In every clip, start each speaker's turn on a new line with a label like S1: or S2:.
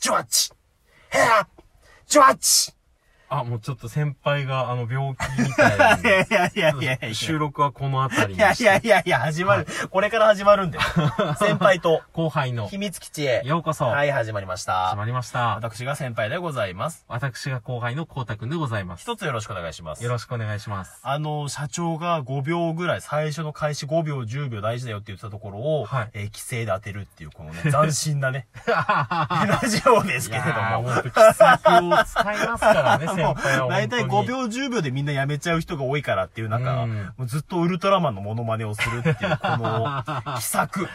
S1: 18! 部屋 !18!
S2: あ、もうちょっと先輩が、あの、病気みたいなん
S1: いや
S2: で
S1: いやいやいやいや。
S2: 収録はこの辺り
S1: い
S2: に
S1: や
S2: し
S1: い
S2: て
S1: やいやいや、始まる。これから始まる んで。先輩と、
S2: 後輩の
S1: 秘、密基地へ。
S2: ようこそ、
S1: は
S2: 始
S1: い、始まりました。
S2: まりました。
S1: 私が先輩でございます。
S2: 私が後輩のこうたくんでございます。
S1: 一つよろしくお願いします。
S2: よろしくお願いします。
S1: あの、社長が5秒ぐらい、最初の開始5秒、10秒大事だよって言ってたところを、
S2: はい
S1: えー規制で当てるっていう、このね、斬新 なね、ラジオです
S2: い
S1: けれ
S2: や
S1: ど
S2: ー、
S1: も。
S2: ほんと、奇策を 使いますからね、先
S1: も
S2: 輩は。
S1: う、だいたい
S2: 本
S1: 5
S2: 当に。
S1: 秒、10秒でみんなやめちゃう人が多いからっていう中、
S2: うん
S1: もうずっとウルトラマンのモノマネをするっていう、こ の、奇策。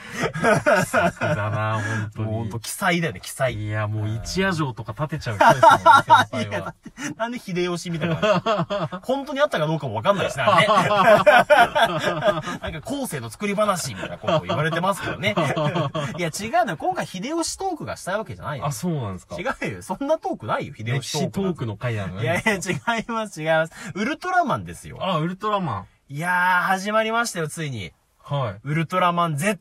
S2: だな、本当
S1: もうほん
S2: に
S1: と、。奇才だよね、奇才。
S2: いや、もう一夜城とか建てちゃう 人ですもんね、先輩は。
S1: なんで秀吉みたいな。 本当にあったかどうかもわかんないしな、ね。 なんか後世の作り話みたいなことを言われてますけ どね。いや、違うのよ。今回秀吉トークがしたいわけじゃないよ
S2: あ、。そうなんですか。
S1: 違うよ。そんなトークないよ、秀
S2: 歴
S1: 吉
S2: 史
S1: ト
S2: ト
S1: ー
S2: ー
S1: ク
S2: クの回な
S1: な
S2: の
S1: んて。いやい
S2: ね。
S1: や、違います、違います。ウルトラマンですよ。
S2: あ、ウルトラマン。
S1: いやー、始まりましたよ、ついに。
S2: は
S1: ウルトラマン Z。
S2: い。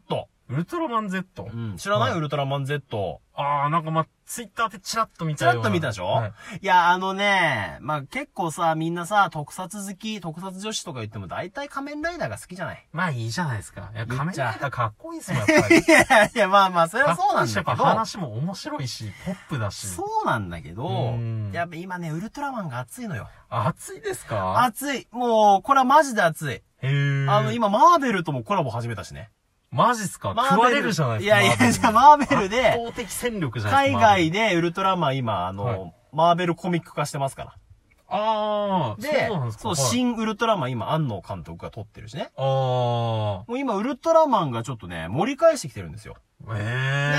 S2: ウルトラマン Z。
S1: うん、知らない、
S2: は
S1: ウルトラマン Z。
S2: ああ、なんかまあ、ツイッターでチラッと見
S1: ち
S2: た
S1: ら
S2: よ
S1: っ
S2: うな。
S1: と見たでしょ、
S2: はい
S1: い、や、あのね、まあ、結構さ、みんなさ、特撮好き、特撮女子とか言っても大体仮面ライダーが好きじゃない
S2: まあいいじゃないですか。い
S1: 言
S2: や、
S1: っちゃう
S2: 仮面ライダーかっこいいですもん、やっぱり。
S1: いやいや、まあまあ、それは
S2: かっ
S1: そう
S2: こ
S1: ない
S2: い
S1: ん
S2: しや
S1: だ
S2: っ
S1: け
S2: ぱ
S1: ど、
S2: 話も面白いし、ポップだし。
S1: そうなんだけど
S2: うん、
S1: やっぱ今ね、ウルトラマンが熱いのよ。
S2: 熱いですか
S1: 熱い。もう、これはマジで熱い。
S2: へえ。
S1: あの、。今、マーベルともコラボ始めたしね。
S2: マジっすか
S1: マ
S2: 食わ
S1: ーベ
S2: れ
S1: ル
S2: るじゃないです
S1: や
S2: か。
S1: いや、じゃあ
S2: マ
S1: マーベル
S2: ーベル圧
S1: で、
S2: 倒的戦力じゃない
S1: 海
S2: ですか。
S1: 外
S2: で。
S1: でウルトラマン今、あの、
S2: はい
S1: マーベルコミック化してますから。
S2: ああ、
S1: で
S2: そうなんです、か。はい
S1: 新ウルトラマン今、安野監督が撮ってるしね。
S2: あ
S1: もう今、ウルトラマンがちょっとね、盛り返してきてるんですよ。
S2: あ。え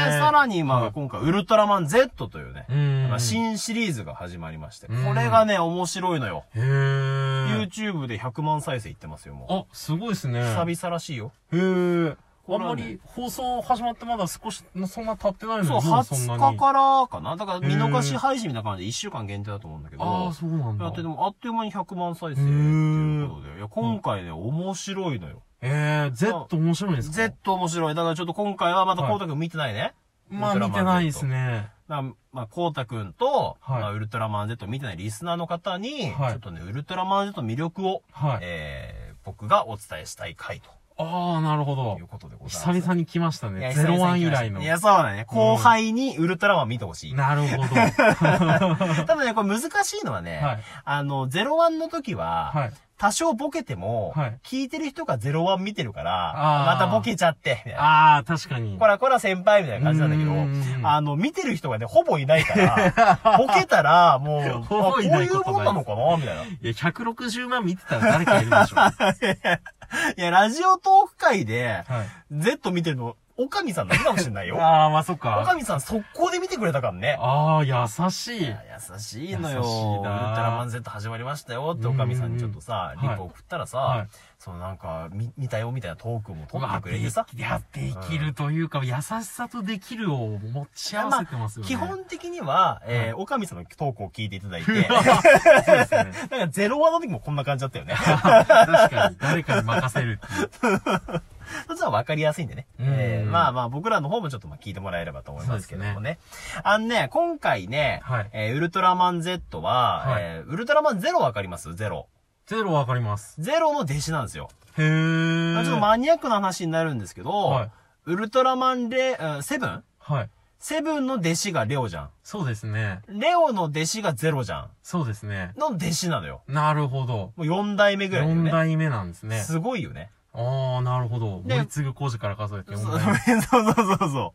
S1: で、
S2: え。
S1: さらにま
S2: は
S1: あ
S2: い
S1: 今回、ウルトラマン Z というね、
S2: うん。
S1: まあ新シリーズが始まりまして、こ
S2: うん
S1: れがね、面白いのよ。
S2: へえ。
S1: YouTube で100万再生いってますよ、も
S2: あ、すごいですね。
S1: う。久々らしいよ。
S2: へえ。あ
S1: こ
S2: ん
S1: れ
S2: ま
S1: はね
S2: り放送始まってまだ少し、そんな経ってないのに
S1: そう、
S2: もそんな
S1: 20
S2: に
S1: 日からかな。だから、
S2: へー
S1: 見逃し配信みたいな感じで1週間限定だと思うんだけ
S2: ああ、
S1: ど。
S2: そうなん
S1: や
S2: だ
S1: って。でも、あっという間に100万再生っていうことで。いや、今回ね、面白いのよ。
S2: ええ、Z 面白いんですか
S1: Z 面白い。だからちょっと今回はまだ
S2: はい
S1: コウタくん見てないね。
S2: まあ見てないですね。
S1: だからまあ、コウタくんと、
S2: はい
S1: まあ、ウルトラマン Z 見てないリスナーの方に、
S2: はい
S1: ちょっとね、ウルトラマン Z の魅力を、
S2: はい。
S1: えー、僕がお伝えしたい回
S2: ああ、なるほ
S1: と
S2: ど
S1: いう。ことでございます。
S2: 久々に来ました
S1: いや
S2: ね。
S1: 久
S2: ゼ
S1: 々
S2: ロ
S1: に
S2: ワン以来の
S1: い。や、そうだね。後輩にウルトラマン見てほしい。
S2: な るほど。は
S1: ただね、これ難しいのはね、
S2: い。
S1: あの、ゼロワンの時は、
S2: はい。
S1: 多少ボケても、
S2: はい
S1: 聞いてる人がゼロワン見てるから、
S2: あー
S1: またボケちゃって、みたいな。
S2: ああ、確かに。
S1: こらこら先輩みたいな感じなんだけど、
S2: うん
S1: あの、見てる人がね、ほぼいない から、ボケたら、もう、あ
S2: ほ
S1: こ
S2: ぼ
S1: う
S2: いない
S1: いうもんなのかなみたいな。い
S2: いや、160万見てたら誰かいるで しょ。は
S1: や、ラジオトーク会で、
S2: い。
S1: Z 見てるの、おかみさんだけかもしれないよ。
S2: ああ、まあそっ
S1: おか
S2: か。
S1: みさん速攻で見てくれたからね。
S2: ああ、優し
S1: い。
S2: い
S1: や優しいのよ。
S2: 優しいな
S1: ウルトラマン Z 始まりましたよっておかみさんにちょっとさ、
S2: うん
S1: リップ送ったらさ、
S2: はい
S1: そのなんか、み見たよみたいなトークも撮
S2: う
S1: って
S2: わ
S1: くれてさ。
S2: でやっていきるというか、優しさとできるを持ち合わせてますよね。
S1: 基本的には、えー、おかみさんのトークを聞いていただいて、なんか
S2: そうですね。
S1: ゼロ話の時もこんな感じだったよね。
S2: 確かに、誰かに任せるっていう。
S1: そっちは分かりやすいんでね。
S2: うん
S1: えー、まあまあ僕らの方もちょっとまあ聞いてもらえればと思いますけども
S2: そう
S1: ね。あのね、今回ね、
S2: はい
S1: えーウルトラマン Z は、
S2: はい
S1: えーウルトラマンゼロわかりますゼロ。
S2: ゼロわかります。
S1: ゼロの弟子なんですよ。
S2: へえ。
S1: まあちょっとマニアックな話になるんですけど、
S2: はい
S1: ウルトラマンレ、うんセブン
S2: はい。
S1: セブンの弟子がレオじゃ
S2: そうですね。
S1: ん。レオの弟子がゼロじゃん。
S2: そうですね。
S1: の弟子なのよ。
S2: なるほ
S1: も
S2: ど。
S1: う4代目ぐらいだよ
S2: 4
S1: ね。
S2: 代目なんですね。
S1: すごいよね。
S2: ああ、なるほど。
S1: で
S2: 盛り継ぐ工事から数えて
S1: そう
S2: 4
S1: そう
S2: 代
S1: そうそうそ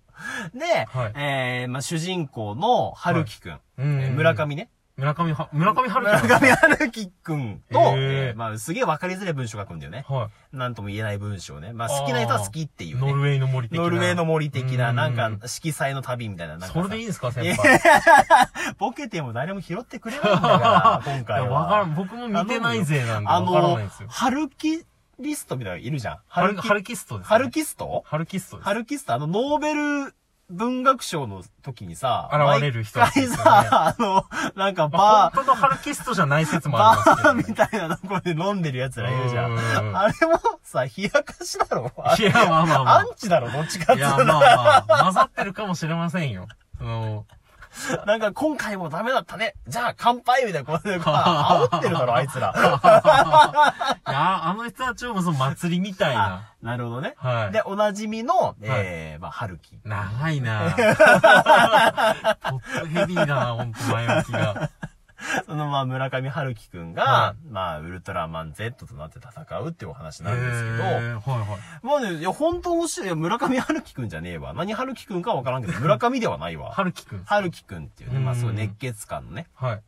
S1: う。で、
S2: はい
S1: えー、まあ、主人公の春樹くん、
S2: 目。うん
S1: えー村。上ね。
S2: 村上は、村上春樹
S1: 村
S2: なんですね。
S1: 上春樹くんと、
S2: へー
S1: えーまあ、すげえわかりづらい文章書くんだよね。
S2: は
S1: なんとも言えない文章ね。まあ、好きな人は好きってい
S2: い。
S1: うね。
S2: ノルウェーの森的な。
S1: ノルウェーの森的な、
S2: うん
S1: なんか、色彩の旅みたいな。なんかさ
S2: それでいいんですか、
S1: い
S2: 先
S1: や
S2: 輩。
S1: ボケても誰も拾ってくれないんだから、今
S2: いや
S1: 回は。
S2: わからん。僕も見てないぜなんで、
S1: あ
S2: わから
S1: の
S2: ないんです、よ。
S1: 春樹リストみたいなのいるじゃん。
S2: 春
S1: 春樹、
S2: 樹春キストですね。
S1: 春キスト
S2: 春キストです。
S1: 春キスト、あの、ノーベル文学賞の時にさ、
S2: 現れる人
S1: 毎
S2: です
S1: 回
S2: よね
S1: さ、あの、なんか
S2: まあ
S1: バー、
S2: 本当の春キストじゃない説もあ
S1: バ
S2: りますけど
S1: ー
S2: ね
S1: み。たいなとこで飲んでる奴らいるじゃ。
S2: うんんうんうん
S1: あれもさ、冷やかしだろあ
S2: いや、まあまあま
S1: ア
S2: あ
S1: ン。チだろどっちかっ
S2: い
S1: て
S2: や、まあまあ、混ざってるかもしれませんよ。その、
S1: なんか今回もダメだったね。じゃあ乾杯みたいな、こう、 煽ってるだろ、あいつら。
S2: いや、あの人たちもその祭りみたいな。
S1: なるほどね。
S2: はい
S1: で、おなじみの、えー、まあ、春樹。
S2: 長い なトップヘビーだな、ほんと前置きが。
S1: そのまあ村上春樹くんが、
S2: は
S1: まあウルトラマン Z となって戦うっていうお話
S2: へ
S1: なんですけど、
S2: ーはいはい。
S1: もうね、いや本当面白い。いや村上春樹くんじゃねえわ。何春樹くんかわからんけど、村上ではない わ。
S2: はるきくん。
S1: 春樹くんっていうね、まあそういう熱血感のね、
S2: はい。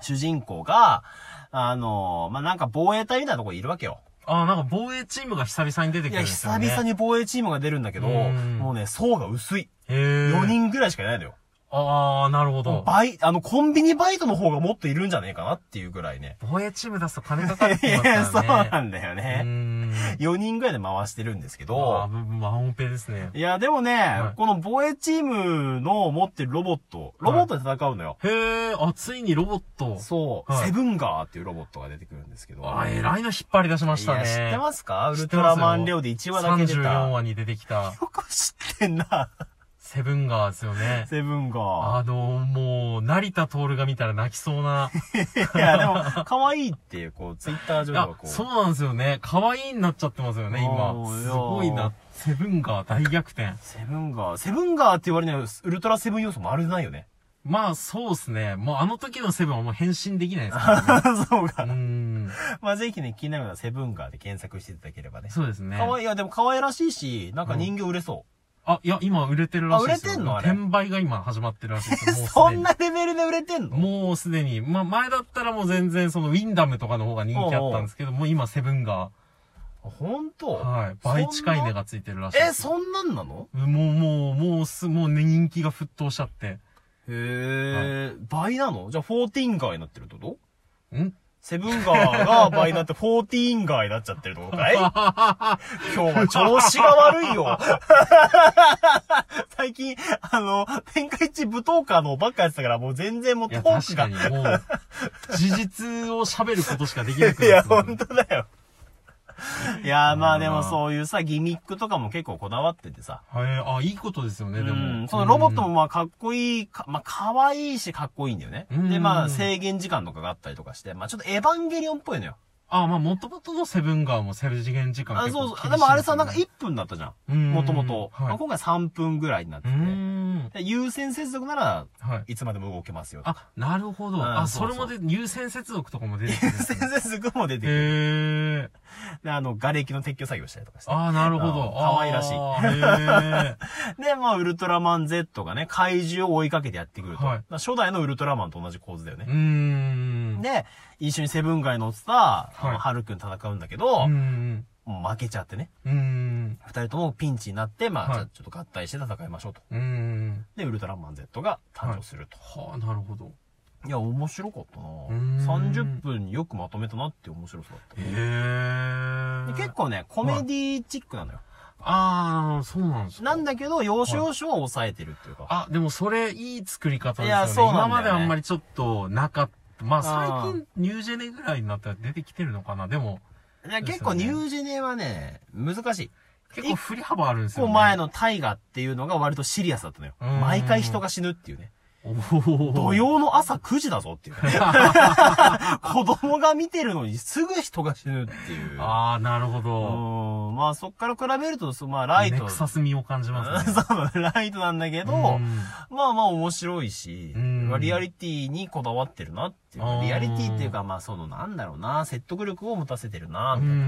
S1: 主人公が、あのまあなんか防衛隊みたいなとこにいるわけよ。
S2: あー、なんか防衛チームが久々に出て
S1: い
S2: く
S1: や、
S2: るんですよ
S1: 久
S2: ね。
S1: 々に防衛チームが出るんだけど、
S2: うん
S1: もうね、層が薄い。
S2: へー
S1: 4人ぐらいしかいないのよ。
S2: ああ、なるほど。
S1: 倍、あの、コンビニバイトの方がもっといるんじゃねえかなっていうぐらいね。
S2: 防衛チーム出すと金かかるっ
S1: い
S2: て 言い
S1: や、
S2: ま す
S1: そう
S2: からね。
S1: なんだよね。
S2: ん。
S1: 4人ぐらいで回してるんですけ
S2: ああ、
S1: ど、
S2: ぶぶワンオペですね。
S1: いや、でもね、
S2: い
S1: この防衛チームの持ってるロボット、ロボットで戦うのよ。
S2: へえ、あ、ついにロボット。
S1: そう、
S2: はい
S1: セブンガーっていうロボットが出てくるんですけど。
S2: ああ、偉いの引っ張り出しま
S1: い
S2: した
S1: や、
S2: ね。
S1: 知って
S2: す
S1: ますかウ
S2: 知
S1: ル
S2: っ
S1: ト
S2: てま
S1: ラ
S2: すよ
S1: マンレオで1話だけ出
S2: ?34
S1: た。
S2: 話に出てきた、
S1: よく知ってんな、
S2: セブンガーですよね。
S1: セブンガ
S2: あの、もう、成田徹が見たら泣きそう な。
S1: ー。いや、でも、可愛いって、こう、ツイッター上では
S2: あ
S1: こ、う。
S2: そうなんですよね。可愛いになっちゃってますよ
S1: おー
S2: ね、今。
S1: よー
S2: すごいな。セブンガー大逆転。
S1: セブンガー。セブンガーって言われるのは、ウルトラセブン要素まるでないよね。
S2: まあ、そうですね。もうあの時のセブンはもう変身できないで すからね。
S1: そう
S2: う
S1: か。
S2: ーん。
S1: まあ、ぜひね、気になるのはセブンガーで検索していただければね。
S2: そうですね。
S1: 可愛い、いや、でも可愛らしいし、なんか人形売れそう。
S2: あ、いや、今売れてるらしいですよ。
S1: あ売れてんのあれ
S2: 転売が今始まってるらしいですよ。もうす
S1: そ
S2: で
S1: ん
S2: に
S1: なレベルで売れてんの
S2: もうすでに、まあ前だったらもう全然そのウィンダムとかの方が人気あったんですけど、もう今セブンが、
S1: 本当
S2: はい、倍近い値がついてるらしい
S1: え、
S2: ですよ。
S1: そんなんなの
S2: もうもう、もうす、もうね、人気が沸騰しちゃって。
S1: へえ、倍なのじゃあ14ガーになってるってこと
S2: ん
S1: セブンガーが倍になって14ガーになっちゃってるってこと かい今日は調子が悪いよ。 最近、あの、天下一舞踏家のばっかやってたから、もう全然もう
S2: い
S1: ト
S2: や、
S1: ー
S2: 確
S1: ク
S2: か
S1: が。
S2: にもう、事実を喋ることしかできなく
S1: い
S2: な
S1: や、
S2: ってます
S1: 本当だよ。いや、まあでもそういうさ、ギミックとかも結構こだわっててさ。
S2: はい、あ、いいことですよね、で
S1: うん
S2: も。
S1: そのロボットもまあかっこいい、かまあ可愛いしかっこいいんだよね。
S2: うん
S1: でまあ制限時間とかがあったりとかして、まあちょっとエヴァンゲリオンっぽいのよ。
S2: あ、まあ、もともとのセブンガーもセブ次元時間
S1: あ
S2: 結構
S1: そう
S2: 厳しい
S1: そう。
S2: すよね
S1: でもあれさ、なんか1分だったじゃん。
S2: うん
S1: もともと。
S2: はい
S1: まあ今回3分ぐらいになって
S2: うー
S1: て。で
S2: ん。
S1: 優先接続なら
S2: はい。
S1: いつまでも動けますよ。
S2: あ、なるほ
S1: うん
S2: ど。あ、
S1: そ
S2: そうれ
S1: そう
S2: もで、優先接続とかも出てくるん です
S1: 優
S2: ね。
S1: 先接続も出てくる。
S2: へえ。
S1: で、あの、瓦礫の撤去作業したりとかして。
S2: ああ、なるほど。
S1: あー可愛らしい
S2: あ
S1: で、まあ、ウルトラマン Z がね、怪獣を追いかけてやってくると。
S2: はい
S1: まあ初代のウルトラマンと同じ構図だよね
S2: ーへえ。うーん。
S1: で、一緒にセブン街乗ってた、あ
S2: は
S1: の
S2: い
S1: ハルくん戦うんだけど、
S2: うん。
S1: もう負けちゃってね。
S2: うーん。
S1: 二人ともピンチになって、まあ、
S2: はい
S1: じゃあちょっと合体して戦いましょうと。
S2: うーん。
S1: で、ウルトラマン Z が誕生すると。
S2: はあ、なるほど。
S1: い、や、面白かったな
S2: ーん
S1: 30分よくまとめたなって面白さだっ
S2: へえ。
S1: た。で結構ね、コメディチックなのよ。
S2: ああ、そうなんですか。
S1: なんだけど、要所要所は抑えてるっていうか。
S2: あ、でもそれ、いい作り方ですよね。
S1: いやそうなんだよ
S2: 今
S1: ね
S2: まであんまりちょっと、なかった。まあ、
S1: あー
S2: 最近、ニュージェネぐらいになったら出てきてるのかな。でも、
S1: いや結構ニュージェネはね、難しい。
S2: 結構振り幅あるんです
S1: こ
S2: よ
S1: う
S2: ね。
S1: 前の大河っていうのが割とシリアスだったのよ。
S2: うーん
S1: 毎回人が死ぬっていうね。
S2: おー。
S1: 土曜の朝9時だぞっていう ね。子供が見てるのにすぐ人が死ぬっていう。
S2: ああ、なるほ
S1: う
S2: ど。
S1: ーんまあそっから比べると、そうまあライ
S2: ネ
S1: ト。
S2: クサス味を感じます ね。
S1: そう、ライトなんだけど、
S2: うん
S1: まあまあ面白いし、
S2: うん
S1: まあリアリティにこだわってるなっていう
S2: あ。ー
S1: リアリティっていうかまあそのなんだろうな、説得力を持たせてるな、
S2: う
S1: みたいな。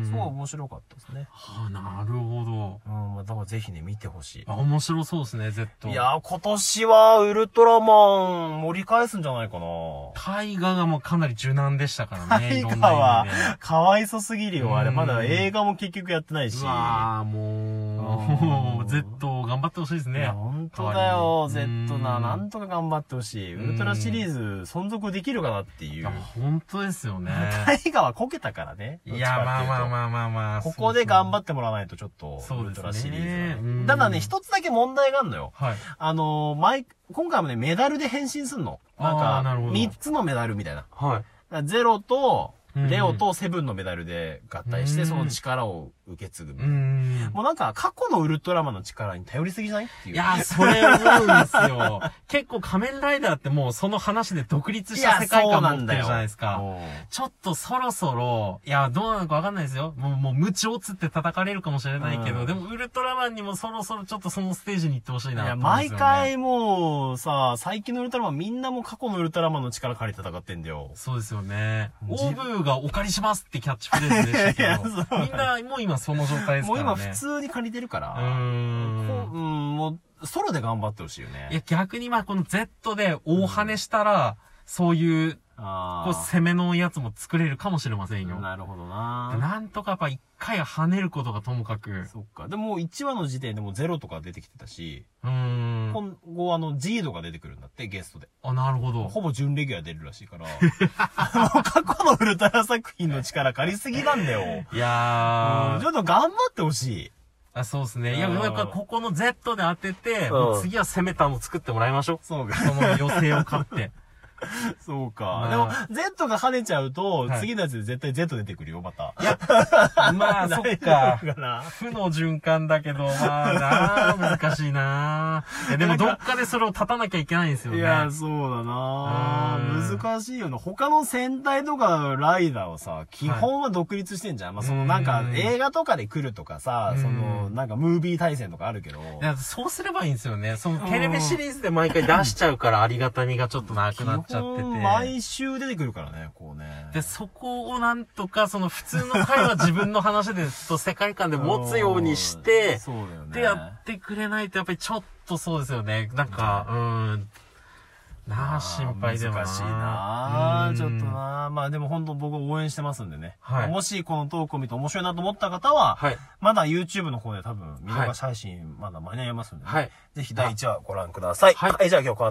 S2: ん。
S1: そう面白かったですね。
S2: はあ、なるほど。
S1: うん、まあだからぜひね、見てほしい。
S2: あ、面白そうですね、Z。
S1: い、やー、今年はウルトラマン盛り返すんじゃないかな。
S2: 大河がもうかなり柔軟でしたからね、
S1: 大
S2: いろ
S1: 河
S2: んな
S1: は
S2: 意味で。
S1: かわいそすぎるよ、あれ。
S2: うん
S1: まだ映画も結局やってないし。
S2: うわあ、も
S1: うん
S2: う、Z 頑張ってほしいです
S1: いや、
S2: ね。
S1: 本当だよ、
S2: 代わり
S1: Z
S2: に
S1: な。
S2: うん
S1: なんとか頑張ってほしい。ウルトラシリーズ存続できるかなってい
S2: いうや、。本当です よね。
S1: 大河はこけたからね。
S2: いや、まあまあ
S1: あ。
S2: まあまあまあ。
S1: ここで頑張
S2: っ
S1: ってもらわないとちょっと、
S2: そう
S1: ウル
S2: です
S1: ト
S2: ね
S1: ラシリーズは
S2: う
S1: ね。
S2: ん
S1: ただね、一つだけ問題があるのよ。
S2: はい。
S1: あのー、毎、今回もね、メダルで変身すんの。なん
S2: あーな
S1: か
S2: るほ、ど
S1: 三つのメダルみたいな。だか
S2: はい。
S1: らゼロと、
S2: うん
S1: レオとセブンのメダルで合体して、
S2: うん
S1: その力を受け継ぐみ
S2: う
S1: た
S2: ー
S1: いな。
S2: ん。
S1: もうなんか、過去のウルトラマンの力に頼りすぎじゃないっていう。
S2: いやー、それ思うんですよ。 結構仮面ライダーってもうその話で独立
S1: い
S2: した
S1: や、
S2: 世界
S1: そう
S2: 観
S1: な
S2: 持
S1: ん
S2: って
S1: だ
S2: る
S1: よ。
S2: じゃないですか。ちょっとそろそろ、いや、どうなのかわかんないですよ。もう、もう、無知をつって叩かれるかもしれないけど、
S1: うん
S2: でも、ウルトラマンにもそろそろちょっとそのステージに行ってほしい
S1: い
S2: なと
S1: や、
S2: 思うんで
S1: 毎
S2: すよね。
S1: 回もうさ、最近のウルトラマンみんなもう過去のウルトラマンの力借りて戦ってんだよ。
S2: そうですよね。オ
S1: 自
S2: ーブーがお借りしますってキャッチフレーズでした け
S1: いやそ
S2: ど、みんなもう今その状態です
S1: も
S2: か
S1: う
S2: らね。
S1: 今普通に借りてるか
S2: う
S1: ら、
S2: ー
S1: こ
S2: ん。
S1: ううん、もう、ソロで頑張ってほしいよ
S2: いや
S1: ね。、
S2: 逆にまあこの Z で大跳ねしたら、そういう、
S1: あ
S2: こう攻めのやつも作れるかもしれません
S1: ー
S2: よ。
S1: なるほど
S2: で
S1: な
S2: なんとかやっぱ一回は跳ねることがともかく。う
S1: そっか。でももう1話の時点でもうゼロとか出てきてたし、
S2: ーん。
S1: 今後あの、ジードが出てくるんだって、ゲストで。
S2: あ、なるほど。
S1: ほぼ準レギュラー出るらしいから、もう過去のウルトラ作品の力借りすぎなんだよ。
S2: いや
S1: うんち
S2: ー
S1: ょ。っと頑張ってほしい。
S2: あそうですね。いや、
S1: うん
S2: だからここの Z で当てて、
S1: ん
S2: もう次は攻めたの作ってもらいましょ
S1: そう
S2: う。その予定を買 って。
S1: そうか。でも
S2: ま、
S1: Z が跳ねちゃうと、
S2: はい
S1: 次のやつで絶対 Z 出てくるよ、また。
S2: まあ、そっか。
S1: だから。
S2: 負の循環だけど、まあなあ、難しいなあ。いやでもどっかでそれを立たなきゃいけないんですよ
S1: い
S2: ね。
S1: や、そうだな
S2: うん
S1: 難しいよな。他の戦隊とかライダーはさ、基本は独立してんじゃん。まあ、そのなんか
S2: うん
S1: 映画とかで来るとかさ
S2: う、ん
S1: そのなんかムービー対戦とかあるけど、
S2: いやそうすればいいんですよね。そのテレビシリーズで毎回出しちゃうからありがたみがちょっとなくなっちゃって
S1: 基本
S2: て。
S1: 毎週出てくるからね、こうね。
S2: で、そこをなんとか、その普通の回は自分の話でずっと世界観で持つようにし
S1: うん
S2: て、
S1: そうだよね。
S2: でやってくれないとやっぱりちょっとそうですよね。なんか、うん。なあ、心配でもな
S1: 難しいなあ
S2: うん
S1: ちょっとなあまあでも本当僕応援してますんでね。
S2: はい
S1: もしこのトークを見て面白いなと思った方は、
S2: はい。
S1: まだ YouTube の方で多分見逃し配信まだ間に合いますんでね。
S2: はい。
S1: ぜひ第1話ご覧ください。
S2: はい
S1: はい、じゃあ今日この